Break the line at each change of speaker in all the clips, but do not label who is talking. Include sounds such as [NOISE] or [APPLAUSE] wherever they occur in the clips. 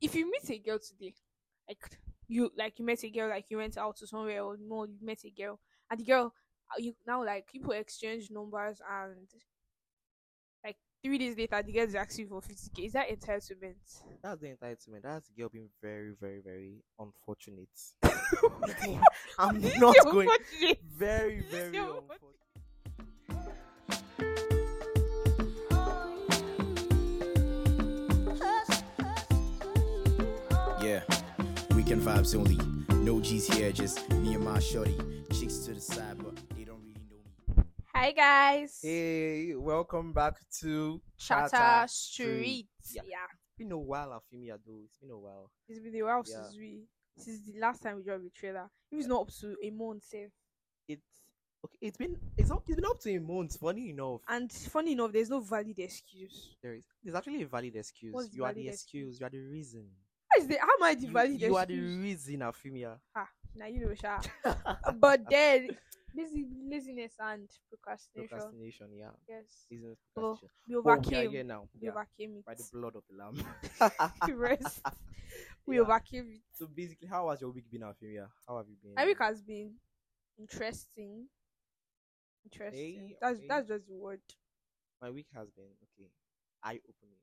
if you meet a girl today, like you like you met a girl, like you went out to somewhere or more, you met a girl, and the girl uh, you now like people exchange numbers and like three days later the girl is asking for fifty k. Is that entitlement?
That's the entitlement. That's the girl being very, very, very
[LAUGHS]
unfortunate. I'm
This is
not
your
going.
budget.
Very,
This is
very
your
unfortunate.
budget.
Yeah, weekend vibes only. No G's here, just me and my shorty. Chicks to the side, but they don't really know me.
[LAUGHS] Hi guys.
Hey, welcome back to
Chatter
Chatter
Street.
Street.
Yeah.
Yeah. It's been a while, Afimia, though. It's been a while.
It's been a while
Yeah.
since we since the last time we dropped the trailer. It was not up to a month eh? save.
It's okay. It's been it's up, it's been up to a month. Funny enough,
And funny enough, there's no valid excuse.
there is there's actually a valid excuse.
What's the
you are
valid
the
excuse?
excuse. You are the reason.
How is the how am I the
You-
valid
you, are the
excuse?
reason,
[LAUGHS]
Afimia.
Ah, now you know sha. but then lazy, laziness and procrastination.
procrastination. Yeah,
Yes.
seasons
Oh,
procrastination.
We
Oh, we are
overcame.
here now.
we
Yeah.
overcame [LAUGHS]
By the
it.
blood of the lamb.
[LAUGHS]
[LAUGHS]
The rest. We
Yeah.
overcame it.
So basically, how has your week been, Afimia? How have you been?
My week has been interesting. Interesting.
Hey,
that's
okay.
that's just the word.
my week has been okay, eye opening.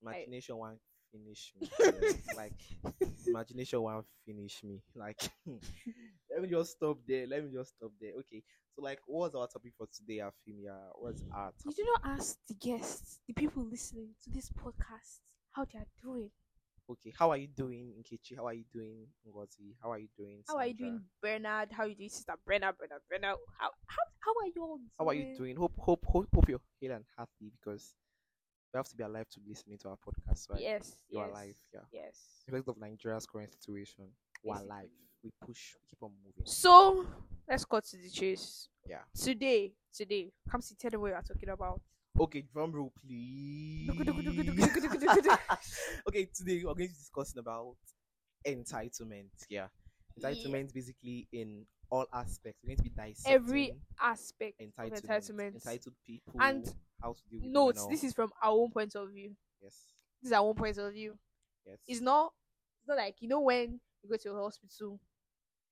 Imagination won't finish
[LAUGHS]
me. yeah. like imagination won't finish me. [LAUGHS] Like let me just stop there. Let me just stop there. Okay. So like what's our topic for today, Afimia? What's our
You
topic?
do not ask the guests, the people listening to this podcast, how they are doing.
Okay, how are you doing, Nkechi? How are you doing, Ngozi? How are you doing?
How are you
Sandra?
doing, Bernard? How are you doing, Sister Bernard? Bernard, Bernard. How how how are you all doing?
How are you doing? Hope hope hope hope you're healthy and happy because you have to be alive to be listening to our podcast, right?
Yes.
You are
yes,
alive, yeah.
Yes.
Because of Nigeria's current situation, we're
Basically.
alive. We push. We keep on moving.
So let's cut to the chase.
Yeah.
Today, today, come see tell them what you are talking
[LAUGHS]
about.
Okay, drum roll, please.
[LAUGHS]
okay, today we're going to be discussing about entitlement. Yeah, [LAUGHS] entitlement basically in all aspects. We're going to be dissecting
Every Aspect
entitlement,
of entitlement.
entitled people,
And
how to deal with them and
Notes.
all.
This is from our own point of view.
yes,
This is our own point of view.
yes.
It's not. It's not like you know when you go to a hospital,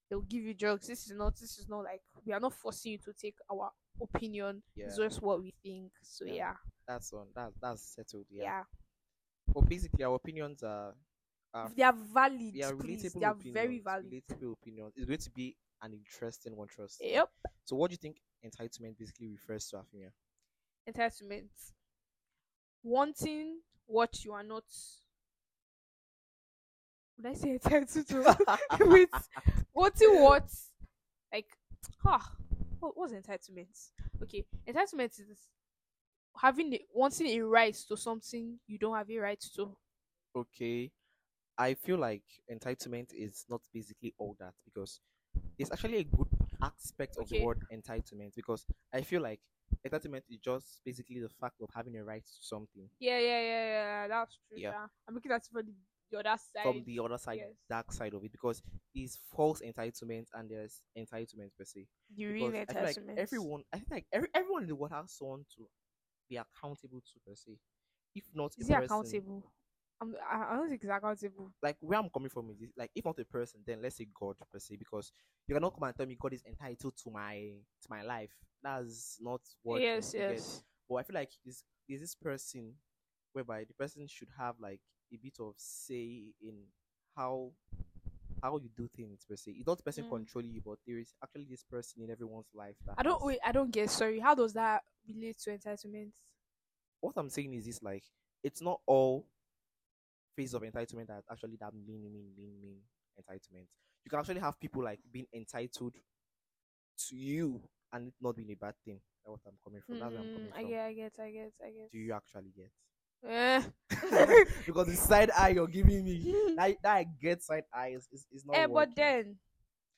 they'll give you drugs. This is not. This is not like we are not forcing you to take our opinion.
yeah,
It's just what we think. So
Yeah.
yeah,
that's on that that's settled.
yeah.
Yeah. Well, basically, our opinions are are
They are valid.
they Uh, are
please.
relatable
They are
opinions.
very valid.
Relatable opinions. It's going to be an interesting one, trust. me.
Yep.
So, what do you think entitlement basically refers to, Afimia?
Entitlement. Wanting what you are not. Would I say entitled to? [LAUGHS]
[LAUGHS]
Wait. Wanting what? Like, huh? What was entitlement? Okay, entitlement is having the, wanting a right to something you don't have a right to.
okay i feel like entitlement is not basically all that because it's actually a good aspect of
Okay.
the word entitlement because i feel like entitlement is just basically the fact of having a right to something
Yeah, yeah, yeah, yeah. That's true.
Yeah.
sha. I'm looking at it from the, the other side.
from the other side
yes.
dark side of it because it's false entitlement and there's entitlement per se
the real
because I feel like
entitlement.
everyone i think like every, everyone in the world has someone to be accountable to per se if not a
is he
person-
accountable? I'm, I I don't think he's accountable.
like where I'm coming from is this, like if not a person, then let's say God per se, because you cannot come and tell me God is entitled to my to my life. That's not what you
yes,
get.
yes.
But I feel like is is this person whereby the person should have like a bit of say in how how you do things per se. It's not the person
Mm.
controlling you, but there is actually this person in everyone's life that
I don't.
has-
Wait, I don't get. Sorry. How does that relate to entitlement?
what I'm saying is this like it's not all phase of entitlement that actually that mean mean mean mean entitlement. You can actually have people like being entitled to you and it not being a bad thing. That's what I'm coming from. That's where I'm coming
Mm, I
from.
get. I get. I get. I get.
Do you actually
[LAUGHS]
get?
Eh.
[LAUGHS] because the side eye you're giving me that, that I get side eye is, is, is not
Eh, but
working.
then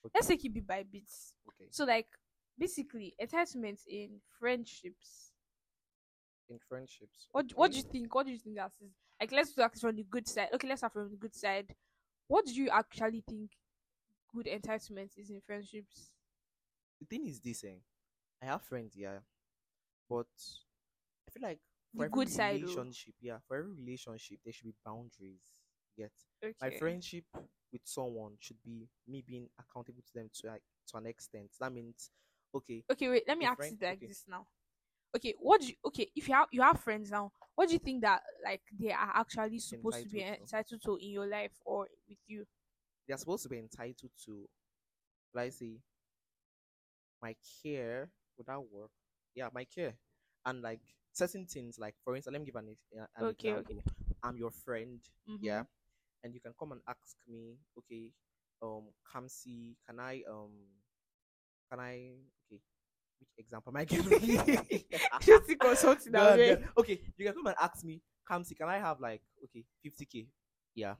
okay.
let's take it bit by bit.
okay.
So like basically entitlement in friendships.
in friendships.
What what do
okay.
you think? What do you think that is? Like let's do this from the good side. Okay, let's start from the good side. What do you actually think good entitlement is in friendships?
the thing is this thing. I have friends, yeah, but I feel like
The
for
good
every
side, oh.
relationship, yeah, for every relationship there should be boundaries. get
Okay.
my friendship with someone should be me being accountable to them to like to an extent. That means okay,
Okay, wait. Let me
Your
ask
friend?
it like
Okay.
this now. Okay, what do you, okay if you have you have friends now? What do you think that like they are actually supposed to be
Entitled
entitled to in your life or with you?
they're supposed to be entitled to like say my care would that work? Yeah, my care. And like certain things like for instance, let me give an, ex- an
Okay, okay.
example. I'm your friend.
Mhm.
yeah and you can come and ask me okay um come see can i um can i okay which example am i
[LAUGHS]
giving
[LAUGHS]
[LAUGHS]
Just think of something that
God,
way.
God. okay you can come and ask me come see can i have like okay 50k yeah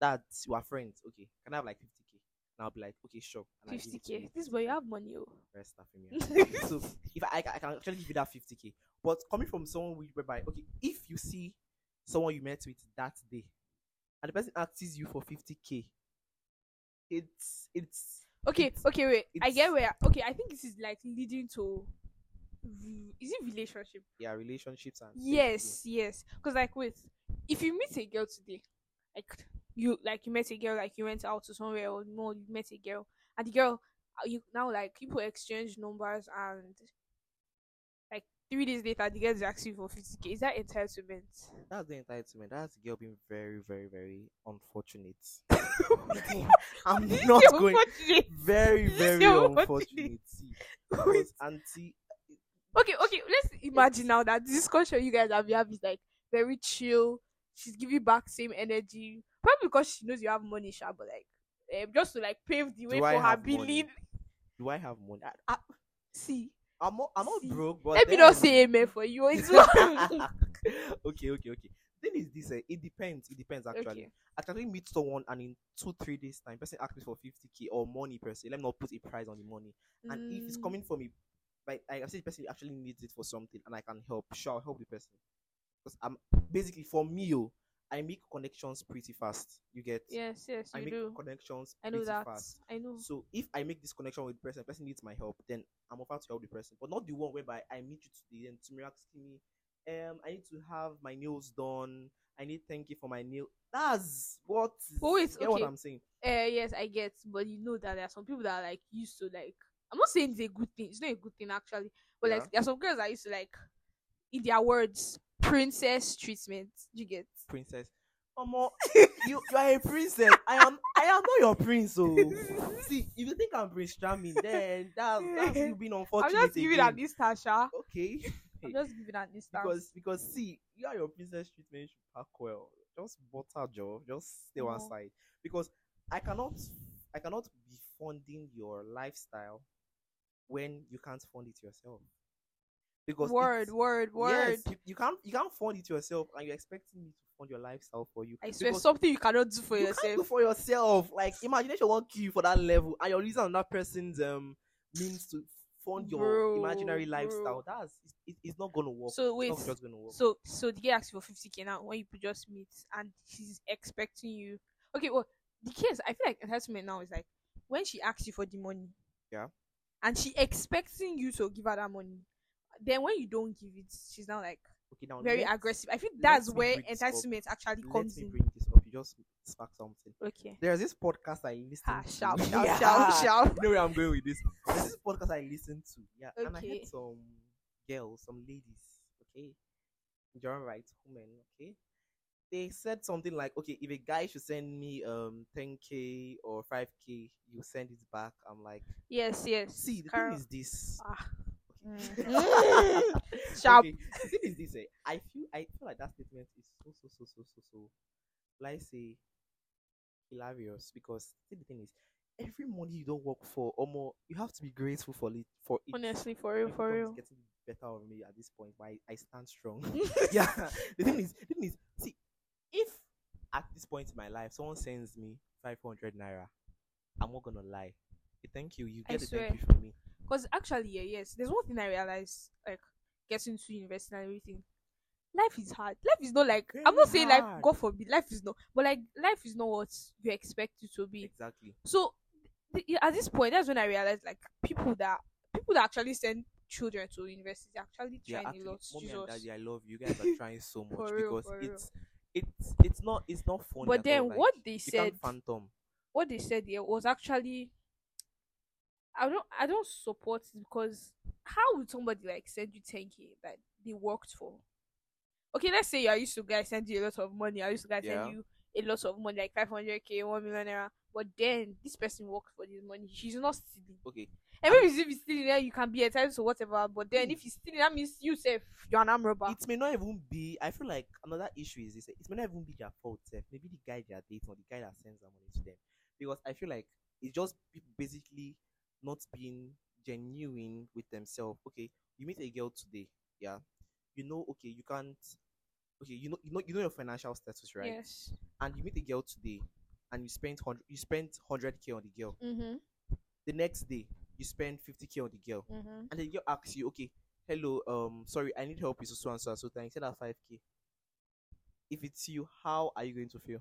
that's you are friends okay can i have like 50k and i'll be like okay sure and I give
Fifty
it to you.
k. This boy, you have money. Oh.
Rest of him, yeah.
[LAUGHS]
so if I, I ca- I can actually give you that 50k but coming from someone we whereby okay if you see someone you met with that day and the person asks you for 50k it's it's
Okay,
It's-
okay, wait. I get
it's-
where. Okay, I think this is like leading to. re- Is it relationship?
yeah relationships and things,
Yes, yes. Because like, wait, if you meet a girl today, like you like you met a girl, like you went out to somewhere or no, you met a girl, and the girl, uh, you now like people exchange numbers and like three days later, the girl is asking for fifty k. Is that entitlement? [LAUGHS]
yeah. that's the entitlement that's the girl being very very very
[LAUGHS]
unfortunate [LAUGHS] i'm
This is
[LAUGHS] not going [LAUGHS]
unfortunate.
very
This is
very
unfortunate. [LAUGHS]
unfortunate See, because auntie
Okay, okay. Let's imagine now that the discussion you guys have you have is like very chill. She's giving back same energy, probably because she knows you have money, sha. But like, eh, just to like pave the way
I
for her
have money?
billing.
do i have money I-
See,
i'm not, I'm not
See,
broke but
let me not
then-
say amen for you. [LAUGHS]
[LAUGHS]
It's
okay, okay, okay. Then is this? eh, it depends. It depends actually.
Okay.
I can actually meet someone and in two, three days time, person asks me for fifty k or money per se. Let me not put a price on the money. And if it's
Mm,
coming from me, like I say, the person actually needs it for something, and I can help. Sure, I'll help the person. Because I'm basically for me, oh, I make connections pretty fast. You get?
yes, yes,
I
you
make
do.
connections
I know
pretty
that.
fast.
I know.
So if I make this connection with the person, the person needs my help, then I'm offered to help the person, but not the one whereby I meet you today and tomorrow asking me, um, I need to have my nails done. I need thank you for my nail. That's what. is-
But wait,
you get what
okay.
I'm saying?
Eh, yes, I get, but you know that there are some people that are like used to like. I'm not saying it's a good thing. It's not a good thing actually, but
Yeah.
like there are some girls that used to like, in their words, princess treatment. You get.
Princess. Omo, [LAUGHS] you, you are a princess. I am. I am not your prince.
[LAUGHS]
So see, if you think I'm Prince Charming, then that's, that's you being
I'm
unfortunate.
just giving an
again.
instance, Sha.
Okay.
I'm just giving an instance.
because because see, you and your princess treatment should pack well. Just butter jaw, just stay one
No.
side. Because I cannot I cannot be funding your lifestyle when you can't fund it yourself. Because
word,
it's-
word, word.
Yes, you, you can't you can't fund it yourself and you're expecting me to fund your lifestyle for you.
I swear,
Because
something you cannot do for
you
yourself.
can't do for yourself. Like imagination won't kill you for that level and you're using another person's um means to fund your
Bro,
imaginary
bro.
lifestyle. That's it, it's not gonna work.
so
It's
wait,
not just gonna work.
so so the girl asked you for fifty k now when you just meet and she's expecting you. Okay, well the case I feel like entitlement now is like when she asks you for the money.
Yeah.
And she expecting you to give her that money. Then when you don't give it, she's now like
okay now
very
let's-
aggressive. I think
let
that's
me
where
bring this up.
entitlement actually
let
comes
me
in.
bring this up you just spark something
Okay.
there's this podcast i listen
Ah,
to [LAUGHS]
shout, shout,
Yeah.
shout, shout.
you know where i'm going with this there's this podcast i listen to yeah and i
Okay.
had some girls some ladies okay human rights women okay they said something like okay if a guy should send me um 10k or 5k you send it back i'm like
Yes, yes.
see the
Carol.
thing is this
Ah.
[LAUGHS] Okay.
[LAUGHS] Mm. Sharp.
Okay, the thing is this eh, I feel I feel like that statement is so so so so so so like say hilarious because see, the thing is every money you don't work for or more you have to be grateful for it for it.
Honestly, for real,
People
for
thought it's
real.
getting better of me at this point, but I, I
[LAUGHS]
stand strong. [LAUGHS] yeah. The thing is the thing is see if at this point in my life someone sends me five hundred naira, I'm not gonna lie. Hey, thank you, you
I
get the
swear.
thank you from me.
Because actually, yeah, yes, there's one thing I realized, like getting to university and everything. Life is hard. Life is not like I'm
Very
not saying like
hard.
God forbid. Life is not, but like life is not what you expect it to be.
Exactly.
So th- yeah, at this point, that's when I realized like people that people that actually send children to university are actually
they are
trying
actually,
a lot.
mommy and
Jesus. [LAUGHS]
daddy, I love you. You guys are trying so much
For real,
because
for real.
it's it's it's not it's not funny.
But
at
then
all, like,
what they
you can't
said,
phantom.
what they said here was actually, I don't, I don't support it because how would somebody like send you ten k that they worked for? Okay, let's say you are used to guys send you a lot of money. I used to guys
Yeah.
send you a lot of money, like five hundred k, one million naira. But then this person worked for this money. She's not stealing.
Okay,
And maybe if he's stealing, then you can be entitled to whatever. But then if he's stealing, that means you say you're an arm robber.
it may not even be. I feel like another issue is this: it may not even be their fault. Sef. Maybe the guy they are dating or the guy that sends their money to them, because I feel like it's just people basically not being genuine with themselves. Okay, you meet a girl today, yeah, you know, okay, you can't, okay, you know, you know, you know your financial status, right?
Yes.
And you meet a girl today, and you spend hundred, you spend hundred k on the girl.
Mhm.
The next day, you spend fifty k on the girl.
Mhm.
and the girl asks you, okay, hello, um, sorry, I need help with so and so and so thing. Send her five k. If it's you, how are you going to feel?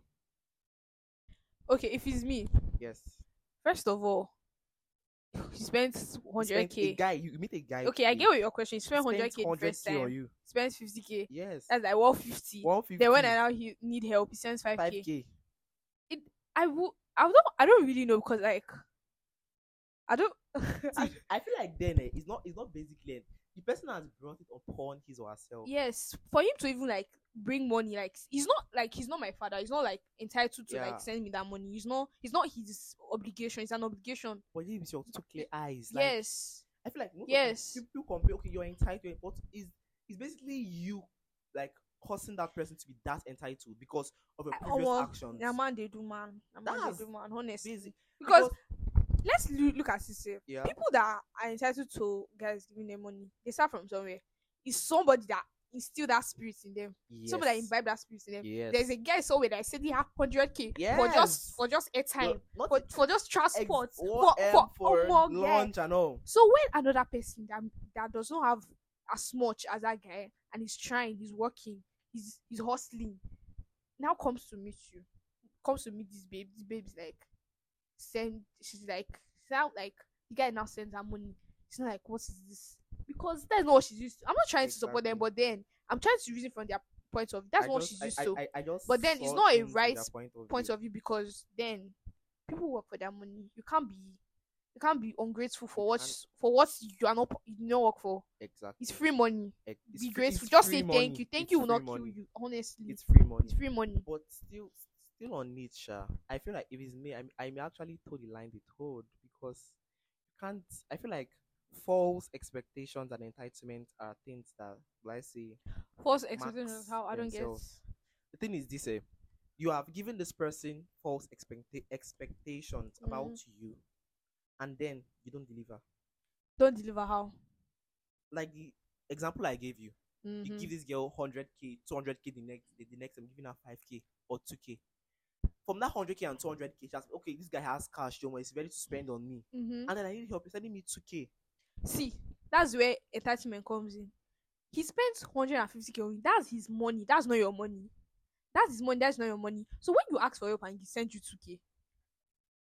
Okay, if it's me,
Yes.
first of all, [LAUGHS] he spends
You
hundred
spent- A
k.
guy, you you meet a guy.
Okay, I
today,
get what your question. He spent
spent
hundred k the first
100K on
time.
you.
Spends fifty k.
Yes.
That's like one fifty.
One fifty.
Then when I now he need help, he sends five
five
k. [LAUGHS]
k.
I will. I don't. I don't really know because like, I don't.
I, I feel like then eh, it's not it's not basically eh, the person has brought it upon his or herself.
yes, for him to even like bring money, like he's not like he's not my father. He's not like entitled to
Yeah.
like send me that money. He's not. He's not his obligation. It's an obligation.
But you with your two clear eyes. Like,
yes.
I feel like most
Yes.
of the people compare. Okay, you're entitled, but it's it's basically you like causing that person to be that entitled because of your
I-
previous
omo,
actions.
Na man they do man. Na man
That's
they do man. Honestly.
Basic.
because let's loo- look at this. eh.
Yeah.
People that are entitled to guys giving them money, they start from somewhere. It's somebody that instill that spirit in them.
yes.
Somebody that imbibe that spirit in them.
Yes.
There's a guy somewhere that said he had hundred k for just
Yes.
for just airtime,
You're not
for,
ex-
for just transport, for
what, um,
for,
for
for
lunch and all.
So when another person that that does not have as much as that guy and he's trying, he's working, he's he's hustling, now comes to meet you, comes to meet this babe. This babe's like send she's like sound like the guy now sends her money. She's not like what is this? Because that's not what she's used to. I'm not trying to support them,
Exactly.
but then I'm trying to use it from their point of that's
I
what
just-
she's used
I,
to.
I, I, I just
But then it's
saw
not a
things from
right
their point of
point
view.
of view because then people work for their money. You can't be you can't be ungrateful for what
can't.
for what you are not you did not work for.
Exactly.
It's free money.
Ex- it's
be
free-
grateful.
it's
Just
free
say
money.
thank you. Thank
It's
you will
free
not
money.
kill you. Honestly,
It's free money.
it's free money.
But still, still on nature. I feel like if it's me, I I may actually toe the line they told because you can't. I feel like false expectations and entitlement are things that, like I say,
False expectations.
marks
How I don't get.
themselves. the thing is this eh, you have given this person false expecta- expectations about you and then you don't deliver
Don't deliver how.
like the example i gave you you
Mhm.
give this girl 100k 200k the next the, the next i'm giving her 5k or 2k from that 100k and 200k she has okay this guy has cash you know, it's ready to spend on me
Mhm.
and then i need help he's sending me 2k
See, that's where attachment comes in. He spends 150k on you. That's his money. That's not your money. That's his money. That's not your money. So when you ask for help and he sends you 2k,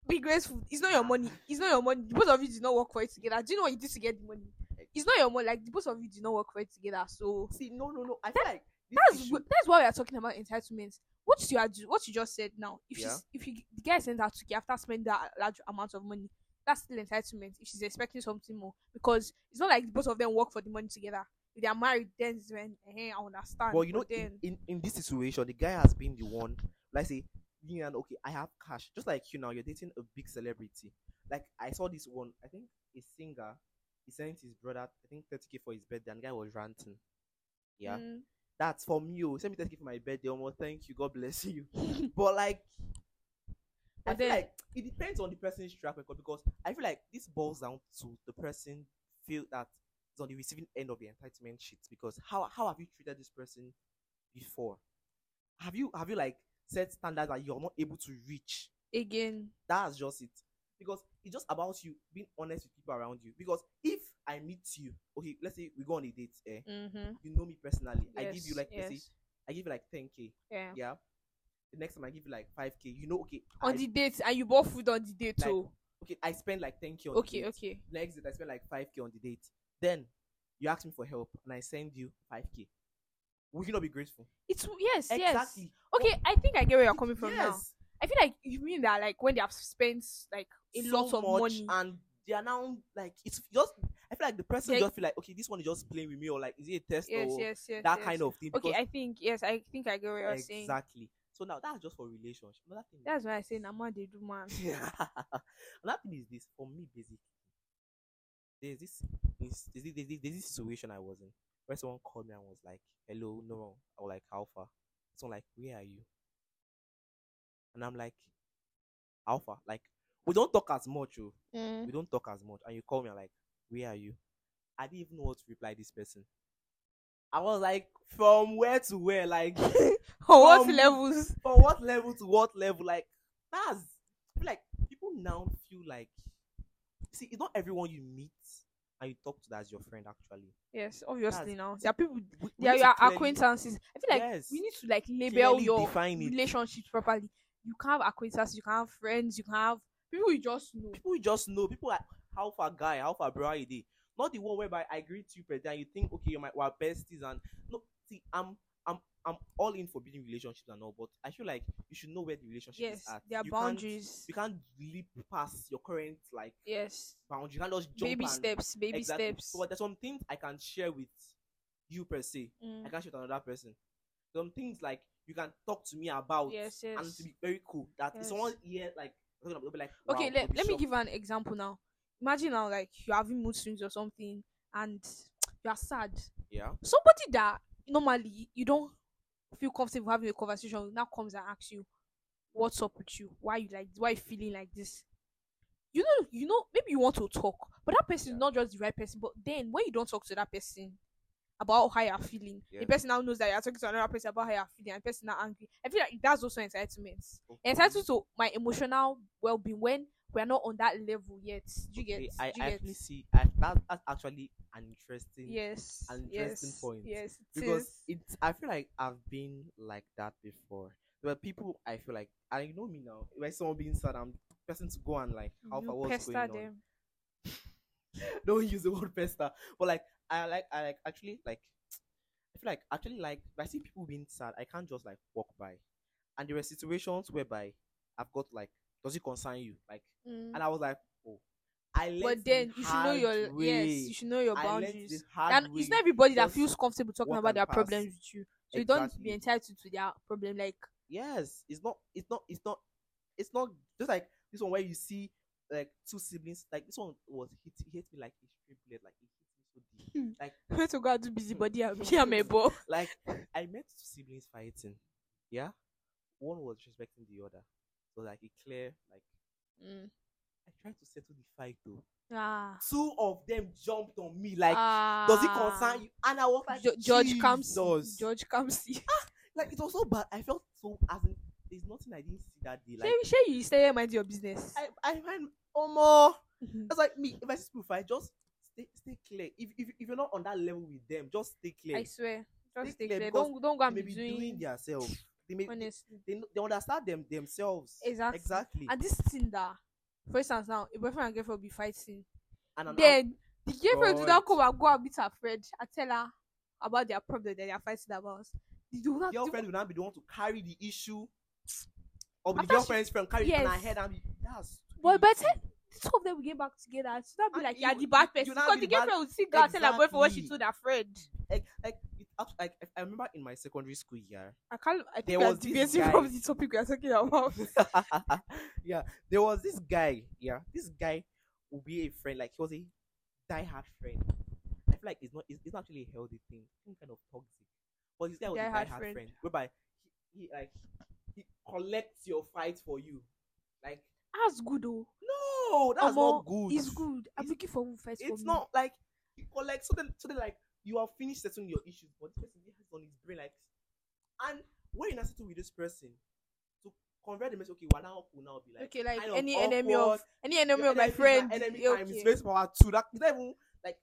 be grateful. It's not your money. It's not your money. The both of you did not work for it together. Do you know what you did to get the money? It's not your money. Like the both of you did not work for it together. So
see no no no i feel like this
that's
issue-
wh- that's why we are talking about entitlement. What you are ju- what you just said now. If
Yeah.
she's, if you, the guy sends her 2k after spending that large amount of money, that's still entitlement. If she's expecting something more, because it's not like both of them work for the money together. If they are married, then it's when eh, I understand.
But you know,
But
in,
then
in, in this situation, the guy has been the one. Let's say, you and okay, I have cash. Just like you now, you're dating a big celebrity. Like I saw this one. I think a singer. He sent his brother, I think, 30k for his birthday, and the guy was ranting. Yeah,
Mm.
that's from you. Send me 30k for my birthday. Almost, thank you. God
[LAUGHS]
bless you. but like, I
But
feel
then-
like it depends on the person's track record because I feel like this boils down to the person feel that is on the receiving end of the entitlement shit because how how have you treated this person before? Have you have you like set standards that you're not able to reach?
again,
That's just it. Because it's just about you being honest with people around you. Because if I meet you, okay, let's say we go on a date, eh?
mm-hmm.
You know me personally. I give you like let's say
yes,
I give you like 10k.
yeah. Oh,
Yeah. The next time I give you like 5k, you know, okay.
On
I,
the date, and you bought food on the date
Like,
too.
okay, I spend like 10k on the
Okay,
date.
okay.
Next date, I spend like 5k on the date. Then you ask me for help and I send you 5k. Would you not be grateful?
It's yes, yes. Okay, I think I get where you're coming from now.
Yes.
I feel like you mean that like when they have spent like a
So
lot of
much
money.
and they are now like it's just. I feel like the person
Yeah.
just feel like okay, this one is just playing with me or like is it a test
yes,
or
yes, yes.
that
yes.
kind of thing.
Okay,
because-
I think yes, I think I get what you're saying.
exactly. So now that's just for relationship. Another thing.
That's why I say Nama they do man.
[LAUGHS] Another thing is this for me basically. There's this, this there's, this, there's, this, there's this situation I was in where someone called me and was like, "Hello, no," or like, "How far?" Someone like, "Where are you?" And I'm like, "How far?" Like we don't talk as much, oh.
[LAUGHS]
we don't talk as much. And you call me and like, "Where are you?" I didn't even know what to reply this person. I was like, "From where to where?" Like [LAUGHS]
Oh, what
Um,
levels?
from what level to what level like that's I feel like people now feel like see it's not everyone you meet and you talk to that's your friend actually
Yes, obviously
that's-
now there are people.
We- we
There are
need
your
to clearly-
acquaintances. I feel like
yes
we need to like label
clearly
your
define it.
relationships properly. You can have acquaintances, you can have friends, you can have people you just know.
people you just know people are how far guy how far bro how you dey not the one whereby i greet you per day and you think okay you're my we're besties and no see i'm i'm i'm all in for building relationships and all but i feel like you should know where the relationship
Yes,
is at
there are
You can't-
boundaries.
you can't leap past your current like
Yes,
boundary you can't just jump
baby
and-
steps, baby
Exactly.
steps.
But there's some things I can share with you per se.
Mm.
I can share with another person. Some things like you can talk to me about.
Yes,
And
yes.
to be very cool. That if
Yes.
someone here like talking about, they'll be like,
Okay,
wow,
let,
they'll be
let me
shocked.
give an example now. Imagine now, like you're having mood swings or something, and you're sad.
Yeah.
Somebody that normally you don't feel comfortable having a conversation with now comes and asks you, "What's up with you? Why you like? Why you feeling like this?" You know, you know. Maybe you want to talk, but that person is
Yeah.
not just the right person. But then when you don't talk to that person about how you're feeling, the
Yes.
person now knows that you're talking to another person about how you're feeling, and the person now angry. I feel like that's also entitlement
Okay.
entitled to my emotional well-being when we're not on that level yet. Do you get?
Okay, I,
Do you
I
get?
actually see I, that, that's actually an interesting
yes.
an
yes.
interesting point.
Yes. it
because
is.
it's I feel like I've been like that before. There are people I feel like and you know me now. When someone being sad, I'm the person to go and like how
You
far what's
pester
going on.
them.
[LAUGHS] don't use the word pester. But like I like I like actually like I feel like actually like when I see people being sad, I can't just like walk by. And there were situations whereby I've got like, does it concern you? Like
Mm.
and I was like, oh I learned
But
the
then you should know
hard
your
way.
yes, you should know your
I learned
boundaries.
the hard
And
way.
it's not everybody that
Just
feels comfortable talking
walk
about
and
their
pass.
problems with you. So you don't
Exactly.
be entitled to their problem. Like [LAUGHS]
Yes, it's not it's not it's not it's not just like this one where you see like two siblings like this one was hit hit me like a straight blade, like it hit me so deep.
where to go and do busybody and be
[LAUGHS]
amiable.
like I met two siblings fighting. Yeah, one was respecting the other. So like it clear. Like
Mm.
I tried to settle the fight though.
Ah.
Two of them jumped on me. Like does it
Ah.
concern you? And I was like,
Jo- George comes.
Jesus.
George comes. [LAUGHS] Shay,
Like it was so bad. I felt so as in there's nothing I didn't see that day. Like
Shay, you stay here, mind your business.
I I find Omo.
[LAUGHS] Mhm.
That's like me. If I see people fight, just stay stay clear. If if if you're not on that level with them, just stay clear.
I swear. Just stay
Stay clear
clear.
because
Don't don't go
they
and
may
be
be
doing,
doing themselves. They may they,
honestly.
they, they understand them themselves.
Exactly.
Exactly.
And this thing that, for instance, now a boyfriend and girlfriend will be fighting.
and an
then the girlfriend will
God.
not come and go and meet her friend and tell her about their problem that they are fighting about. They do not
out- girlfriend
do,
will not be the one to carry the issue, or be
After
the
she-
girlfriend's friend carry it on her
Yes.
head and be that's.
Well, but
stupid.
the two of them will get back together. It should not be
And
like
you-
you're the bad
you
person.
now
Because
be
the
the bad-
girlfriend will still go and tell her boyfriend what she
Exactly.
told her friend.
like like, it, act- like I- I remember in my secondary school year,
I can't I think
There
we are
was this
deviating
guy-
from the topic we are talking
[LAUGHS]
about.
[LAUGHS] yeah, there was this guy. Yeah, this guy would be a friend. Like he was a die-hard friend. I feel like it's not. It's, it's not really a healthy thing. Some kind of toxic. But this guy was a
Die-hard
die-hard friend.
friend.
whereby he, he like he collects your fight for you. Like
That's good though.
no, that's not
Omo,
good.
It's good. I'm
It's-
looking for who fights for
It's
me.
not like he collects. So then, so then, like you are finished settling your issues, but this person has on his brain like, and when you're not settling with this person, to convert the message, okay, we're now cool now. Be like
okay, like
kind of
any enemy of
awkward.
any enemy
Your
of my
is my
friend.
enemy
yeah,
times
okay.
raised power two. That it's not even like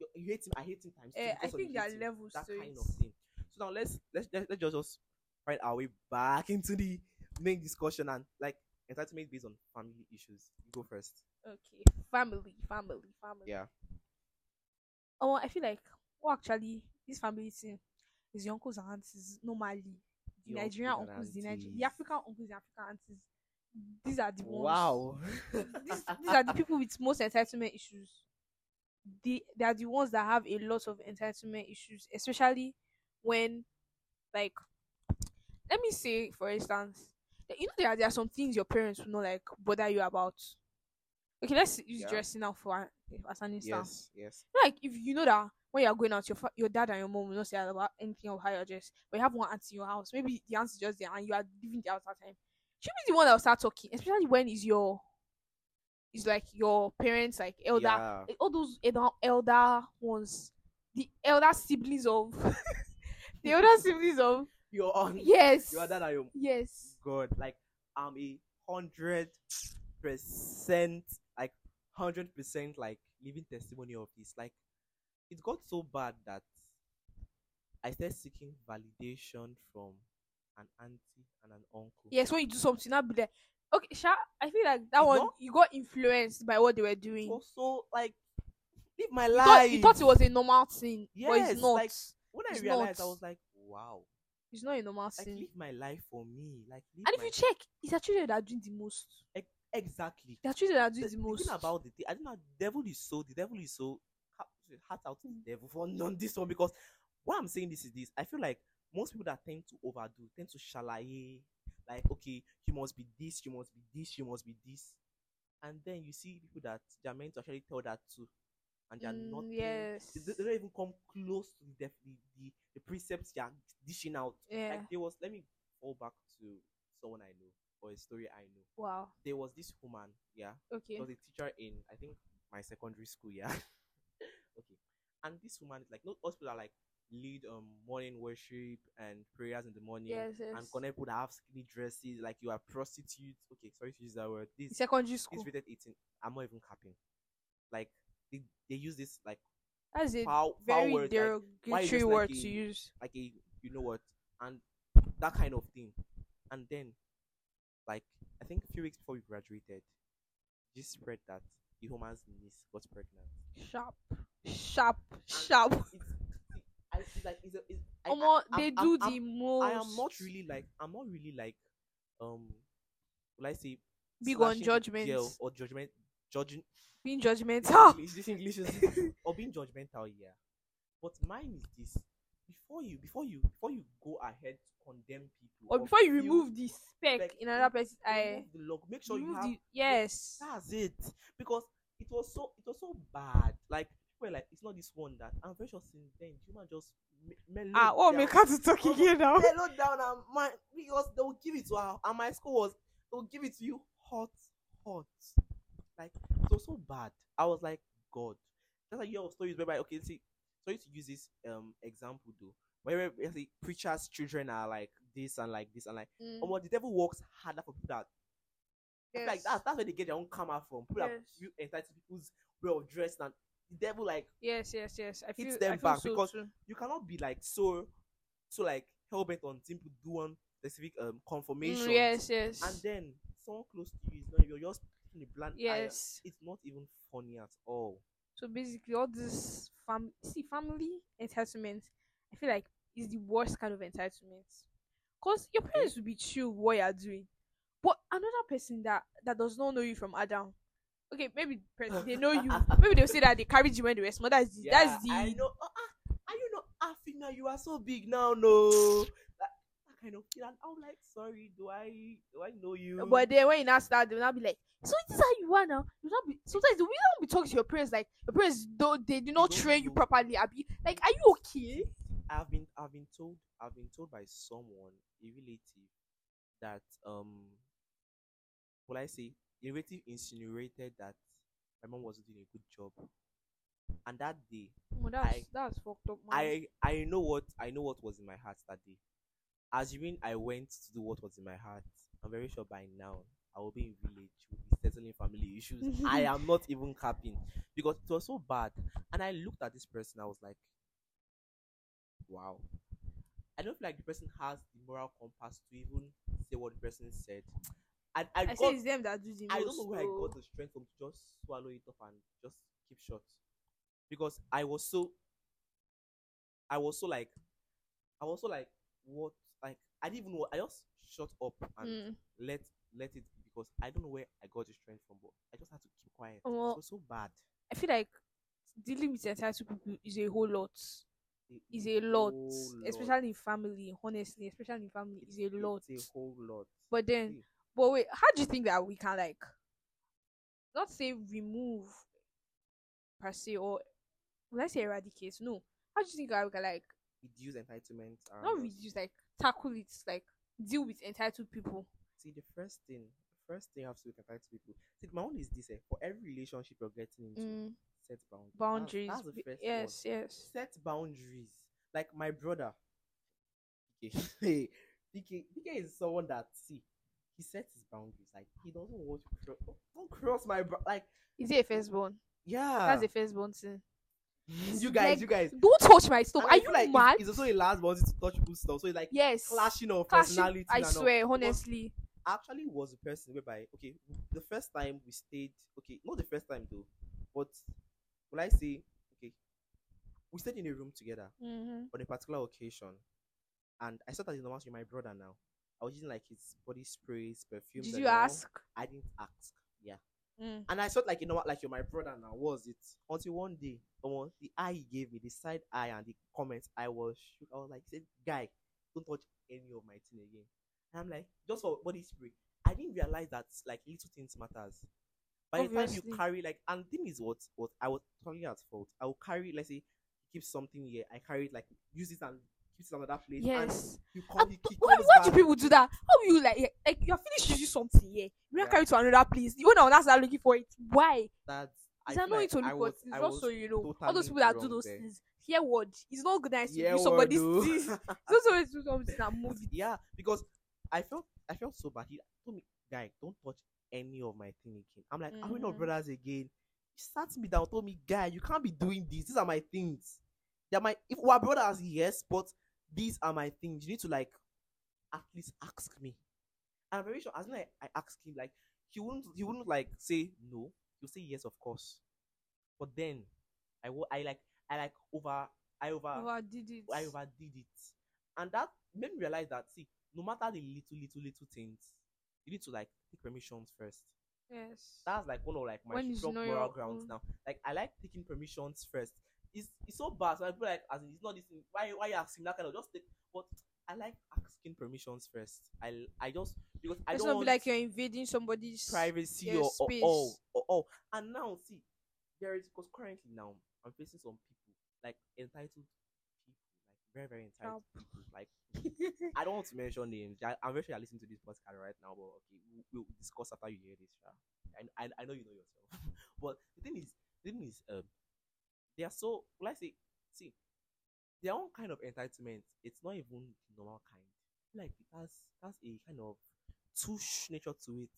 you, you hate him. I hate him times. two
Eh, I
because of
think
you
there are
hate him,
levels
That
to
kind
it.
of thing. So now let's let's let's, let's just, just find our way back into the main discussion and like entitlement based on family issues. You go first.
Okay, family, family, family.
Yeah.
Oh, I feel like, well, actually, this oh, family thing, It's your uncles and aunties normally. The
Your
Nigerian
uncles and
uncles, the Nigerian,
aunties.
the African uncles, the African aunties. These are the ones.
Wow. [LAUGHS]
these, these are the people with most entitlement issues. The, they are the ones that have a lot of entitlement issues, especially when, like, let me say, for instance, that- you know, there are, there are some things your parents will not like bother you about. Okay, let's use
Yeah.
dressing now for an, as an instance
yes, yes.
like if you know that when you're going out, your fa- your dad and your mom will not say about anything of how you're dressed, but you have one aunt in your house. Maybe the aunt is just there and you are leaving the house at time. She'll be the one that will start talking, especially when it's your, it's like your parents, like elder, eh,
Yeah.
all those elder, elder ones, the elder siblings of, [LAUGHS] the elder siblings of,
You're on.
yes,
You are that. I am
yes,
God. Like I'm a hundred percent, like hundred percent, like living testimony of this. Like it got so bad that I started seeking validation from an auntie and an uncle.
yes. When you do something, I'll be there. Okay, Sha, I feel like that
You
one
got-
you got influenced by what they were doing.
Also, like live my
You
life.
thought, you thought it was a normal thing, but
Yes,
it's not.
like, when I
it's
realized,
not.
I was like, wow.
It's not a normal
Like
thing.
live my life for me. Like live
And if
my-
you check, it's actually children that are doing the most.
exactly.
They are children that are doing
the,
the,
the
most.
thing about the thing, I don't know. Devil is so the devil is so ha- heart out to the devil for [LAUGHS] on this one because why I'm saying this is this. I feel like most people that tend to overdo tend to shalaye, like okay, you must be this, you must be this, you must be this, and then you see people that they're meant to actually tell that to, and they're
Mm,
not.
yes.
They, they don't even come close to the def- the, the, the precepts they are dishing out.
Yeah.
Like there was, let me fall back to someone I know or a story I know.
Wow.
There was this woman, yeah,
Okay.
was a teacher in I think my secondary school, yeah. [LAUGHS] okay. And this woman is like not us people that like lead um morning worship and prayers in the morning.
Yes. yes.
And connect people that have skinny dresses, like you are prostitutes. Okay, sorry to use that word. This
Secondary
this
school.
rated 18. I'm not even capping. Like they, they use this like
That's a
foul, foul
very
word, like, why is
derogatory
this like
word
a-
to use.
like a you know what and that kind of thing. And then like I think a few weeks before we graduated, just spread that the woman's niece got pregnant.
Sharp. Sharp. Sharp.
it's, I, it's like it's, a, it's I, I-
Omo,
I'm-
they
I'm-
do
I'm-
the most.
I am not really like I'm not really like um will I say
Big on
slashing the
judgments.
girl or judgment judging
being
this
judgmental.
English- this English is [LAUGHS] or being judgmental yeah but mine is this before you before you before you go ahead to condemn people
or before you
feel-
remove the speck
respect,
in another person's eye.
remove the log make sure you
Remove
have
the yes.
that's it because it was so it was so bad like people were like it's not this one that I'm very sure since then human just me- mellowed
Ah, oh,
down
make
[LAUGHS]
her to talk
Omo,
again now.
hello down and my because they will give it to her and my school was they will give it to you hot hot like it was so bad i was like god that's like you have stories whereby okay see sorry to use this um example though where basically preachers children are like this and like this and like
Mm,
oh the devil works harder for people that I feel like
yes.
that's that's where they get their own karma from people that
Yes.
feel entitled to people's way of dressed and the devil like
yes, yes, yes. I feel,
them
I feel
back
so
because
too. Mm,
you cannot be like so so like hell bent on thing to do one specific um
Mm,
confirmation.
yes, yes.
And then someone close to you is not you're just in a bland eye.
yes.
It's not even funny at all.
So basically, all this fam see family entitlement, I feel like is the worst kind of entitlement, cause your parents will be chill with what you're doing, but another person that that does not know you from Adam, okay, maybe the person- they know
[LAUGHS]
you, maybe they'll say that they carried you when they were small. That's the that's
I
the
know. Uh, uh, are you not happy now? You are so big now, no. That, that kind of thing. And I'm like, sorry, do I do I know you?
but then when you now start, they'll not be like, so this is how you are now. You not be sometimes we don't be talking to your parents like your parents don't they do not
don't
train you
know.
properly. Abi, like, are you okay?
I've been I've been told I've been told by someone a relative that um what I say a relative insinuated that my mom was doing a good job, and that day
Well, Oh, that's
I-
that's fucked up. Man.
I I know what I know what was in my heart that day. Assuming I went to do what was in my heart, I'm very sure by now I will be in village, will be settling family issues. I am not even capping because it was so bad. And I looked at this person, I was like, wow. I don't feel like the person has the moral compass to even say what the person said. And I,
I
got,
say it's them that do the most.
I don't know where I
though.
got the strength from to just swallow it up and just keep short. Because I was so I was so like I was also like, what? Like, I didn't even know. I just shut up and
Mm.
let let it be because I don't know where I got the strength from, but I just had to keep quiet.
Well-
it was so bad.
I feel like dealing with entitled people is a whole lot.
It-
Is a
it's
lot,
whole lot.
especially in family. Honestly, especially in family, is a lot.
It's a whole lot.
But then,
See,
but wait, how do you think that we can like, not say remove, per se, or let's say eradicate? No, how do you think that we can like
reduce entitlement. And
not reduce, like tackle it, like deal with entitled people?
See, the first thing, the first thing you have to look to people. See, my own is this: eh, for every relationship you're getting into, set boundaries. That's-
Boundaries.
That's, the
be-
first one.
yes, yes.
set boundaries. Like my brother, [LAUGHS] PK. PK, PK is someone that see he sets his boundaries. Like he doesn't want to cross. Don't cross my bro. Like
Is it a firstborn?
yeah,
That's a firstborn thing.
you guys,
like,
you guys.
Don't touch my stuff.
And
Are
I
you
feel like it's-
mad?
It's also a last one to touch people's stuff. So it's like
yes.
clashing of
Clashing,
personality.
I
and all.
swear,
Because
honestly.
I actually was a person whereby okay, the first time we stayed okay, not the first time though, but when I say okay, we stayed in a room together.
Mm-hmm.
on a particular occasion, and I saw that in the house with my brother now. I was using like his body sprays, perfumes.
Did
and
you
all.
ask?
I didn't ask. Yeah.
Mm.
And I thought like you know what, like you're my brother now. Was it until one day, someone the eye he gave me, the side eye and the comments, I was shook. I was like, said, guy, don't touch any of my thing again. And I'm like, just for body spray. I didn't realize that like little things matters. By the time
Obviously.
you carry like, and thing is what what I was totally at fault. I will carry, let's say, keep something here. I carry it like use it and keep it another place. And
Yes.
you
And
come, you keep
Why,
comes
why do
back.
people do that? How will you like eh, like you're finished using something here? You don't
Yeah.
carry it to another place. You know that's not looking for it. Why?
That's I
It's
feel
annoying
like
to look
I
at.
was-
It's
I
not
was
so you know. All
totally
those people that do
wrong
those
there.
things. Hear word. It's not nice to
Yeah,
use somebody's
well, [LAUGHS]
things.
though.
It's not somebody's do something and move it.
yeah, because I felt I felt so bad. He told me, guy, don't touch any of my thing again. I'm like, are we
Mhm.
not brothers again? He sat me down, told me, guy, you can't be doing this. These are my things. They're my if we're brothers, yes, but these are my things. You need to like at least ask me. And I'm very sure as soon as I, I asked him, like he wouldn't he wouldn't like say no. He'll say yes, of course. But then I wa- I like I like over I
Overdid it.
I overdid it. And that made me realize that see, no matter the little, little, little things, you need to like take permissions first.
Yes.
That's like one of like my
When you
strong
know
moral
your-
grounds
mm.
now. Like I like taking permissions first. It's it's so bad. So I feel like as in, it's not this thing. Why why you asking that kind of just take but I like asking permissions first. I I just because I
Let's
don't
not
want
be like you're invading
[LAUGHS]
somebody's [LAUGHS]
privacy
your
or, or,
space.
all or all. And now see, there is because currently now I'm facing some people like entitled people, like very very entitled people. Like [LAUGHS] I don't want to mention names. I, I'm very sure you're listening to this podcast right now, but okay, we, we'll discuss after you hear this. Yeah? I, I I know you know yourself, [LAUGHS] but the thing is, the thing is, um, they are so let's say, see, their own kind of entitlement. It's not even the normal kind. Like that's that's a kind of touche nature to it,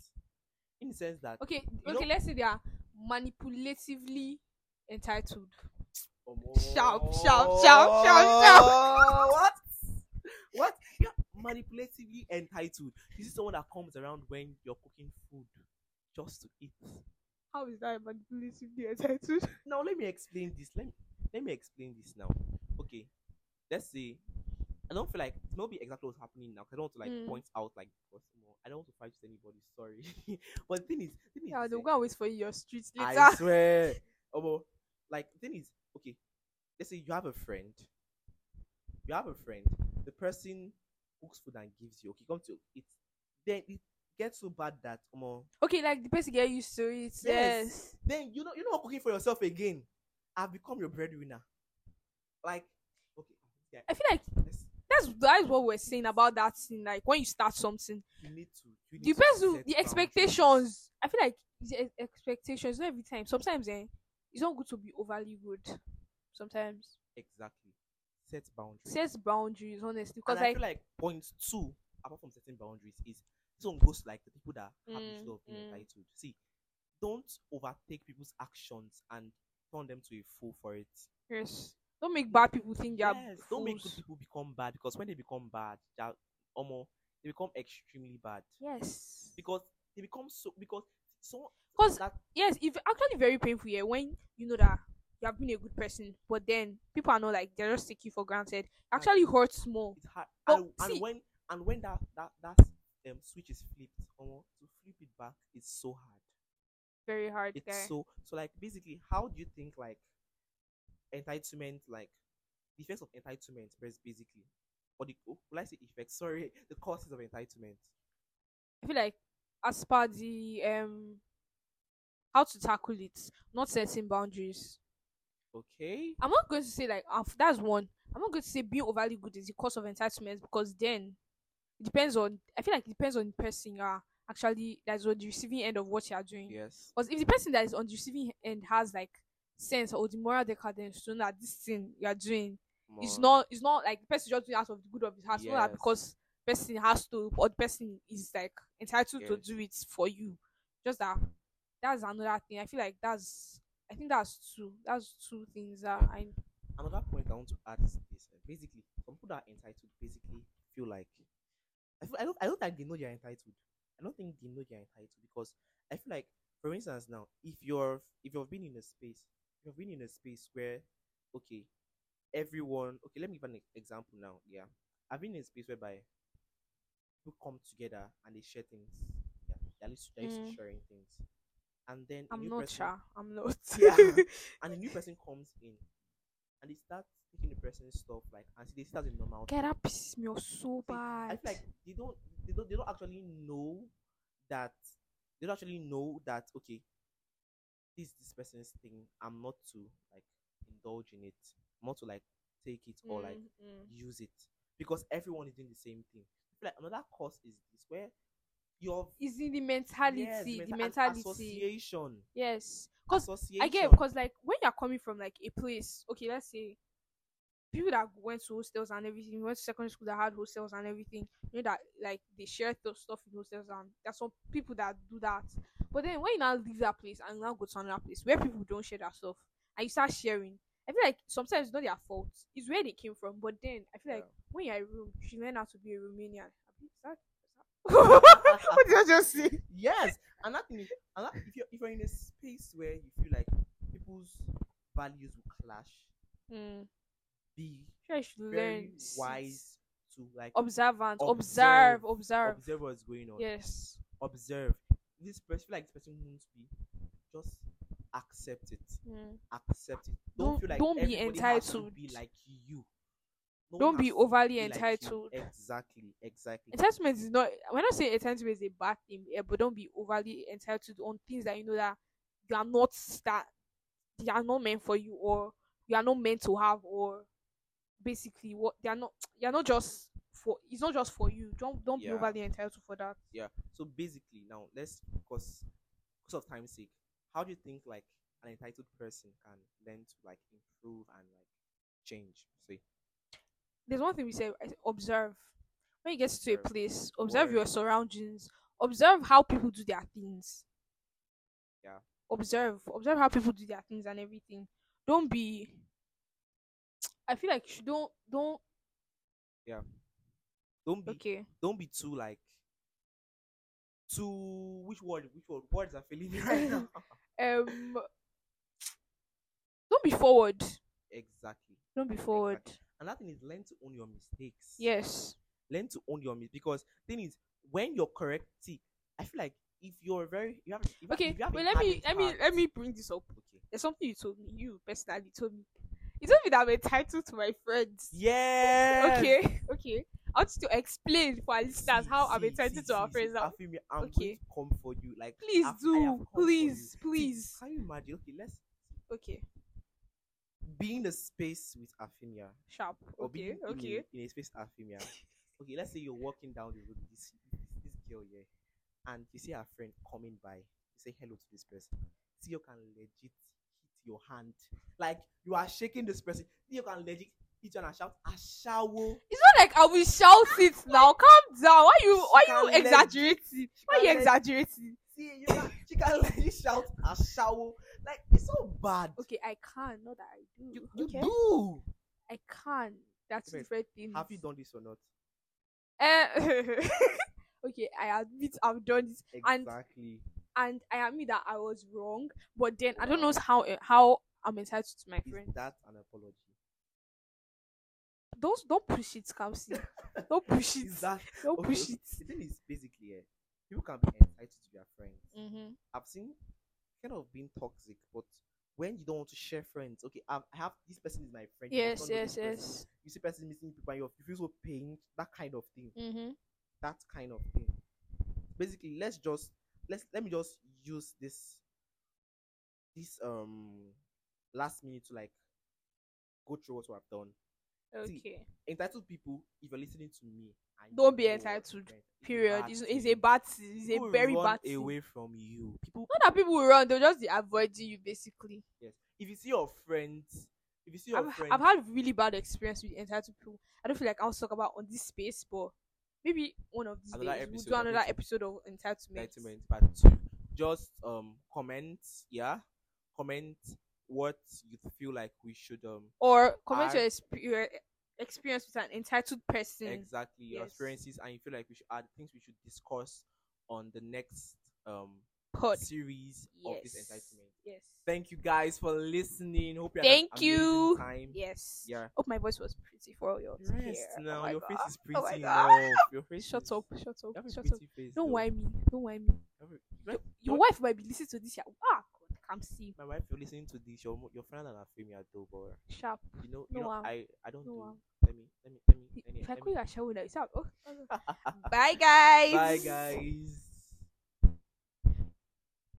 in the sense that
Okay,
You
okay,
know-
let's say they are manipulatively entitled.
Omo.
Sharp, sharp, sharp, sharp, sharp.
Oh, What? What? You're manipulatively entitled. This is someone that comes around when you're cooking food just to eat.
How is that manipulatively entitled?
Now let me explain this. Let me let me explain this now. Okay. Let's say I don't feel like it's not be exactly what's happening now. 'cause I don't want to like
Mm.
point out like what's more. I don't want to fight with anybody. Sorry, [LAUGHS] but the thing is, the thing
Yeah,
is,
they'll
eh,
go and wait for you in your street later.
I swear. Omo, like the thing is, okay. Let's say you have a friend. You have a friend. The person cooks food and gives you. Okay, come to it. Then it gets so bad that omo.
okay, like the person get used to it. Yes.
Yes. Then you know you're not cooking for yourself again. I've become your breadwinner. Like, okay, yeah.
I feel like
Let's,
that's that's what we're saying about that thing. Like when you start something,
you need to. You need
the
to
person,
set
the
boundaries.
expectations. I feel like the ex- expectations not every time. Sometimes eh, it's not good to be overly good. Sometimes
Exactly. Set boundaries.
sets boundaries, honestly, because
and I
like
feel like point two, apart from setting boundaries, is this one goes to like the people that have this
Mm,
love being
mm.
entitled. See, don't overtake people's actions and turn them to a fool for it.
yes, don't make bad people think they're
Yes, don't make good
fools.
people become bad because when they become bad, they're almost they become extremely bad
Yes.
because they become so because so
Because
that
yes, if actually very painful yeah, when you know that you have been a good person, but then people are not like they just take you for granted. It actually hurts more.
It's hard.
But
and, and
see-
when and when that that that um switch is flipped, omo, to flip it back is so hard.
Very hard,
It's
guy.
so so like basically, how do you think like entitlement like defense of entitlement bas- basically or the oh, will I say effect? Sorry, [LAUGHS] the causes of entitlement.
I feel like as per the um how to tackle it, not setting boundaries.
Okay.
I'm not going to say like uh, that's one. I'm not going to say being overly good is the cause of entitlement because then it depends on. I feel like it depends on the person you are actually that's on the receiving end of what you are doing.
Yes.
Because if the person that is on the receiving end has like sense or the moral decadence to know that this thing you are doing it's
More.
not it's not like the person just doing out of the good of his heart. Not that
Yes.
because person has to or the person is like entitled to
Yes.
do it for you. Just that that's another thing. I feel like that's I think that's two. That's two things that I
another point I want to add is this. uh, Basically, some people that are entitled basically feel like I feel I don't I don't think they know they're entitled. I don't think they know they're entitled because I feel like, for instance, now if you're if you've been in a space, if you've been in a space where okay, everyone okay, let me give an e- example now. Yeah. I've been in a space whereby people come together and they share things. Yeah. They're used to, they're used to
Mm.
sharing things. And then a
I'm
new
not
person-
sure. I'm not.
[LAUGHS]
[LAUGHS]
Yeah. and a new person comes in and they start taking the person's stuff like and they start a normal
Get
thing.
up pisses me off so
So I
bad.
feel like they don't they don't they don't actually know that they don't actually know that okay this is this person's thing I'm not to like indulge in it I'm not to like take it or like
Mm, mm.
use it because everyone is doing the same thing. I feel like another cause is this where your
it's in the
yes,
mentality. the
menta- an
mentality.
association
Yes. Because
association
I get because like when you're coming from like a place, okay, let's say people that went to hostels and everything, went to secondary school that had hostels and everything, you know that like they share those stuff in hostels and there's some people that do that. But then when you now leave that place and now go to another place where people don't share that stuff and you start sharing, I feel like sometimes it's not their fault. It's where they came from. But then I feel like when you're a room, you should learn how to be a Romanian. Is that- is that- [LAUGHS] what did I just say?
yes and that thing is and that, if you're if you're in a space where you feel like people's values will clash
Mm,
be
I should
Hmm. very
learn
wise to like
observant,
Observe.
observe, observe.
observe what's going on
Yes.
observe this person feel like this person won't be just accept it
Mm.
accept it don't,
Don't-
feel like
don't be
everybody has to
entitled.
be like you No
Don't
one
be
has to
overly
be like you.
entitled.
exactly exactly
Entitlement is not. When I say entitlement is a bad thing, eh, but don't be overly entitled on things that you know that you are not that they are not meant for you, or you are not meant to have, or basically what they are not. You are not just for. It's not just for you. Don't don't
Yeah.
be overly entitled for that.
yeah so basically now let's because because of time's sake how do you think like an entitled person can learn to like improve and like change say
There's one thing we say: I say observe. When you get to a
Observe.
place, observe your
Word.
surroundings. Observe how people do their things.
Yeah.
observe observe how people do their things and everything don't be i feel like you should- don't don't
don't be
okay
don't be too like too which word which word words are failing me
[LAUGHS]
right now
um don't be forward
exactly
don't be forward
and that thing is learn to own your mistakes
yes
learn to own your mistakes because thing is when you're correct see i feel like if you're very you have if you have-
okay
if you have a
wait let me
hardened
let me
heart-
let me bring this up
okay
there's something you told me you personally told me you told me that i'm entitled to my friends
yeah
okay [LAUGHS] okay i want you to explain for our listeners
See,
how i'm
see,
entitled
see,
to our
see,
friends
see,
now.
Afemi, I'm
Okay.
going to come for you. Like,
please
I've- I have
do
come for you.
please
See,
please
Can you imagine? Okay, let's
okay
be in a space with Afemia.
sharp
Or be
okay
in,
okay
a, in a space with Afemia.
[LAUGHS]
okay, let's say you're walking down the road. You see this, this girl here, and you see her friend coming by. You say hello to this person. See, you can legit hit your hand. Like, you are shaking this person. See, you can legit hit your hand and shout, Ashawo.
It's not like I will shout [LAUGHS] it now. Calm down. Why you why
She
you
can let-
exaggerating? Why
can
you
let-
exaggerating?
See, you can, she [LAUGHS] can legit shout, Ashawo. Like, it's so bad.
Okay, I can. Not that I do.
You, you
okay?
do.
I can. That's
Wait,
different thing.
Have you done this or not?
Uh, [LAUGHS] okay, I admit I've done this, And-
Exactly.
and I admit that I was wrong. But then I don't
Wow.
know how how I'm entitled to my
Is
friend.
that an apology?
Don't don't push it, [LAUGHS] Kamsi. don't push it.
Is that
don't
okay,
push
okay.
it.
The thing is basically eh, people can be entitled to their friends.
Mm-hmm.
I've seen kind of being toxic, but when you don't want to share friends, okay, I I have this person is my friend. you
Yes,
must not know
yes,
this person.
yes.
You see person missing people, and you're- you feel so pained. That kind of thing.
Mm-hmm.
That kind of thing. Basically, let's just let's let me just use this this um last minute to like go through what I've done. See,
Mm-hmm. Okay.
Entitled people, if you're listening to me, and you
Don't be
know what
entitled,
you meant, it's a
Period.
bad
It's, it's a
thing.
bad. thing. It's
People
a very
run
bad. thing.
away from you. People
Not that people will run; they'll just be avoiding you, basically.
Yes. If you see your friends, if you see your
I've,
friends,
I've had really bad experience with entitled people. I don't feel like I'll talk about on this space, but maybe one of these
Another
days we'll
episode,
do another
definitely.
episode of entitlement.
enlightenment part two, just um comment, yeah, comment what you feel like we should um
Or comment
Are-
your, exp- your e-, experience with an entitled person.
exactly your
Yes.
experiences and you feel like we should add things we should discuss on the next um
Pod.
series of this
Yes.
enlightenment.
Yes.
Thank you guys for listening. Hope you had
Thank
an
you.
amazing time.
Yes.
Yeah.
Hope my voice was pretty for all your
Rest
here. Oh
now.
my
your
God.
face
[LAUGHS]
is
my
pretty
God.
enough. Your face
Shut
is-
up. Shut
You
up.
have a
Shut up.
pretty face.
Don't
though.
worry me. Don't worry me.
You have a-
Your,
Don't-
your wife might be listening to this. Yeah. Ah, God, come see.
my wife, you're listening to this, your mo- your friend and her family are dope, but
Sharp.
you know,
No,
you know,
um,
I I don't
no,
do.
um,
Let me, let me, let me, let me.
If I
let
call
me-
you a shower, it's up. Oh, oh, no. Bye, guys.
Bye, guys.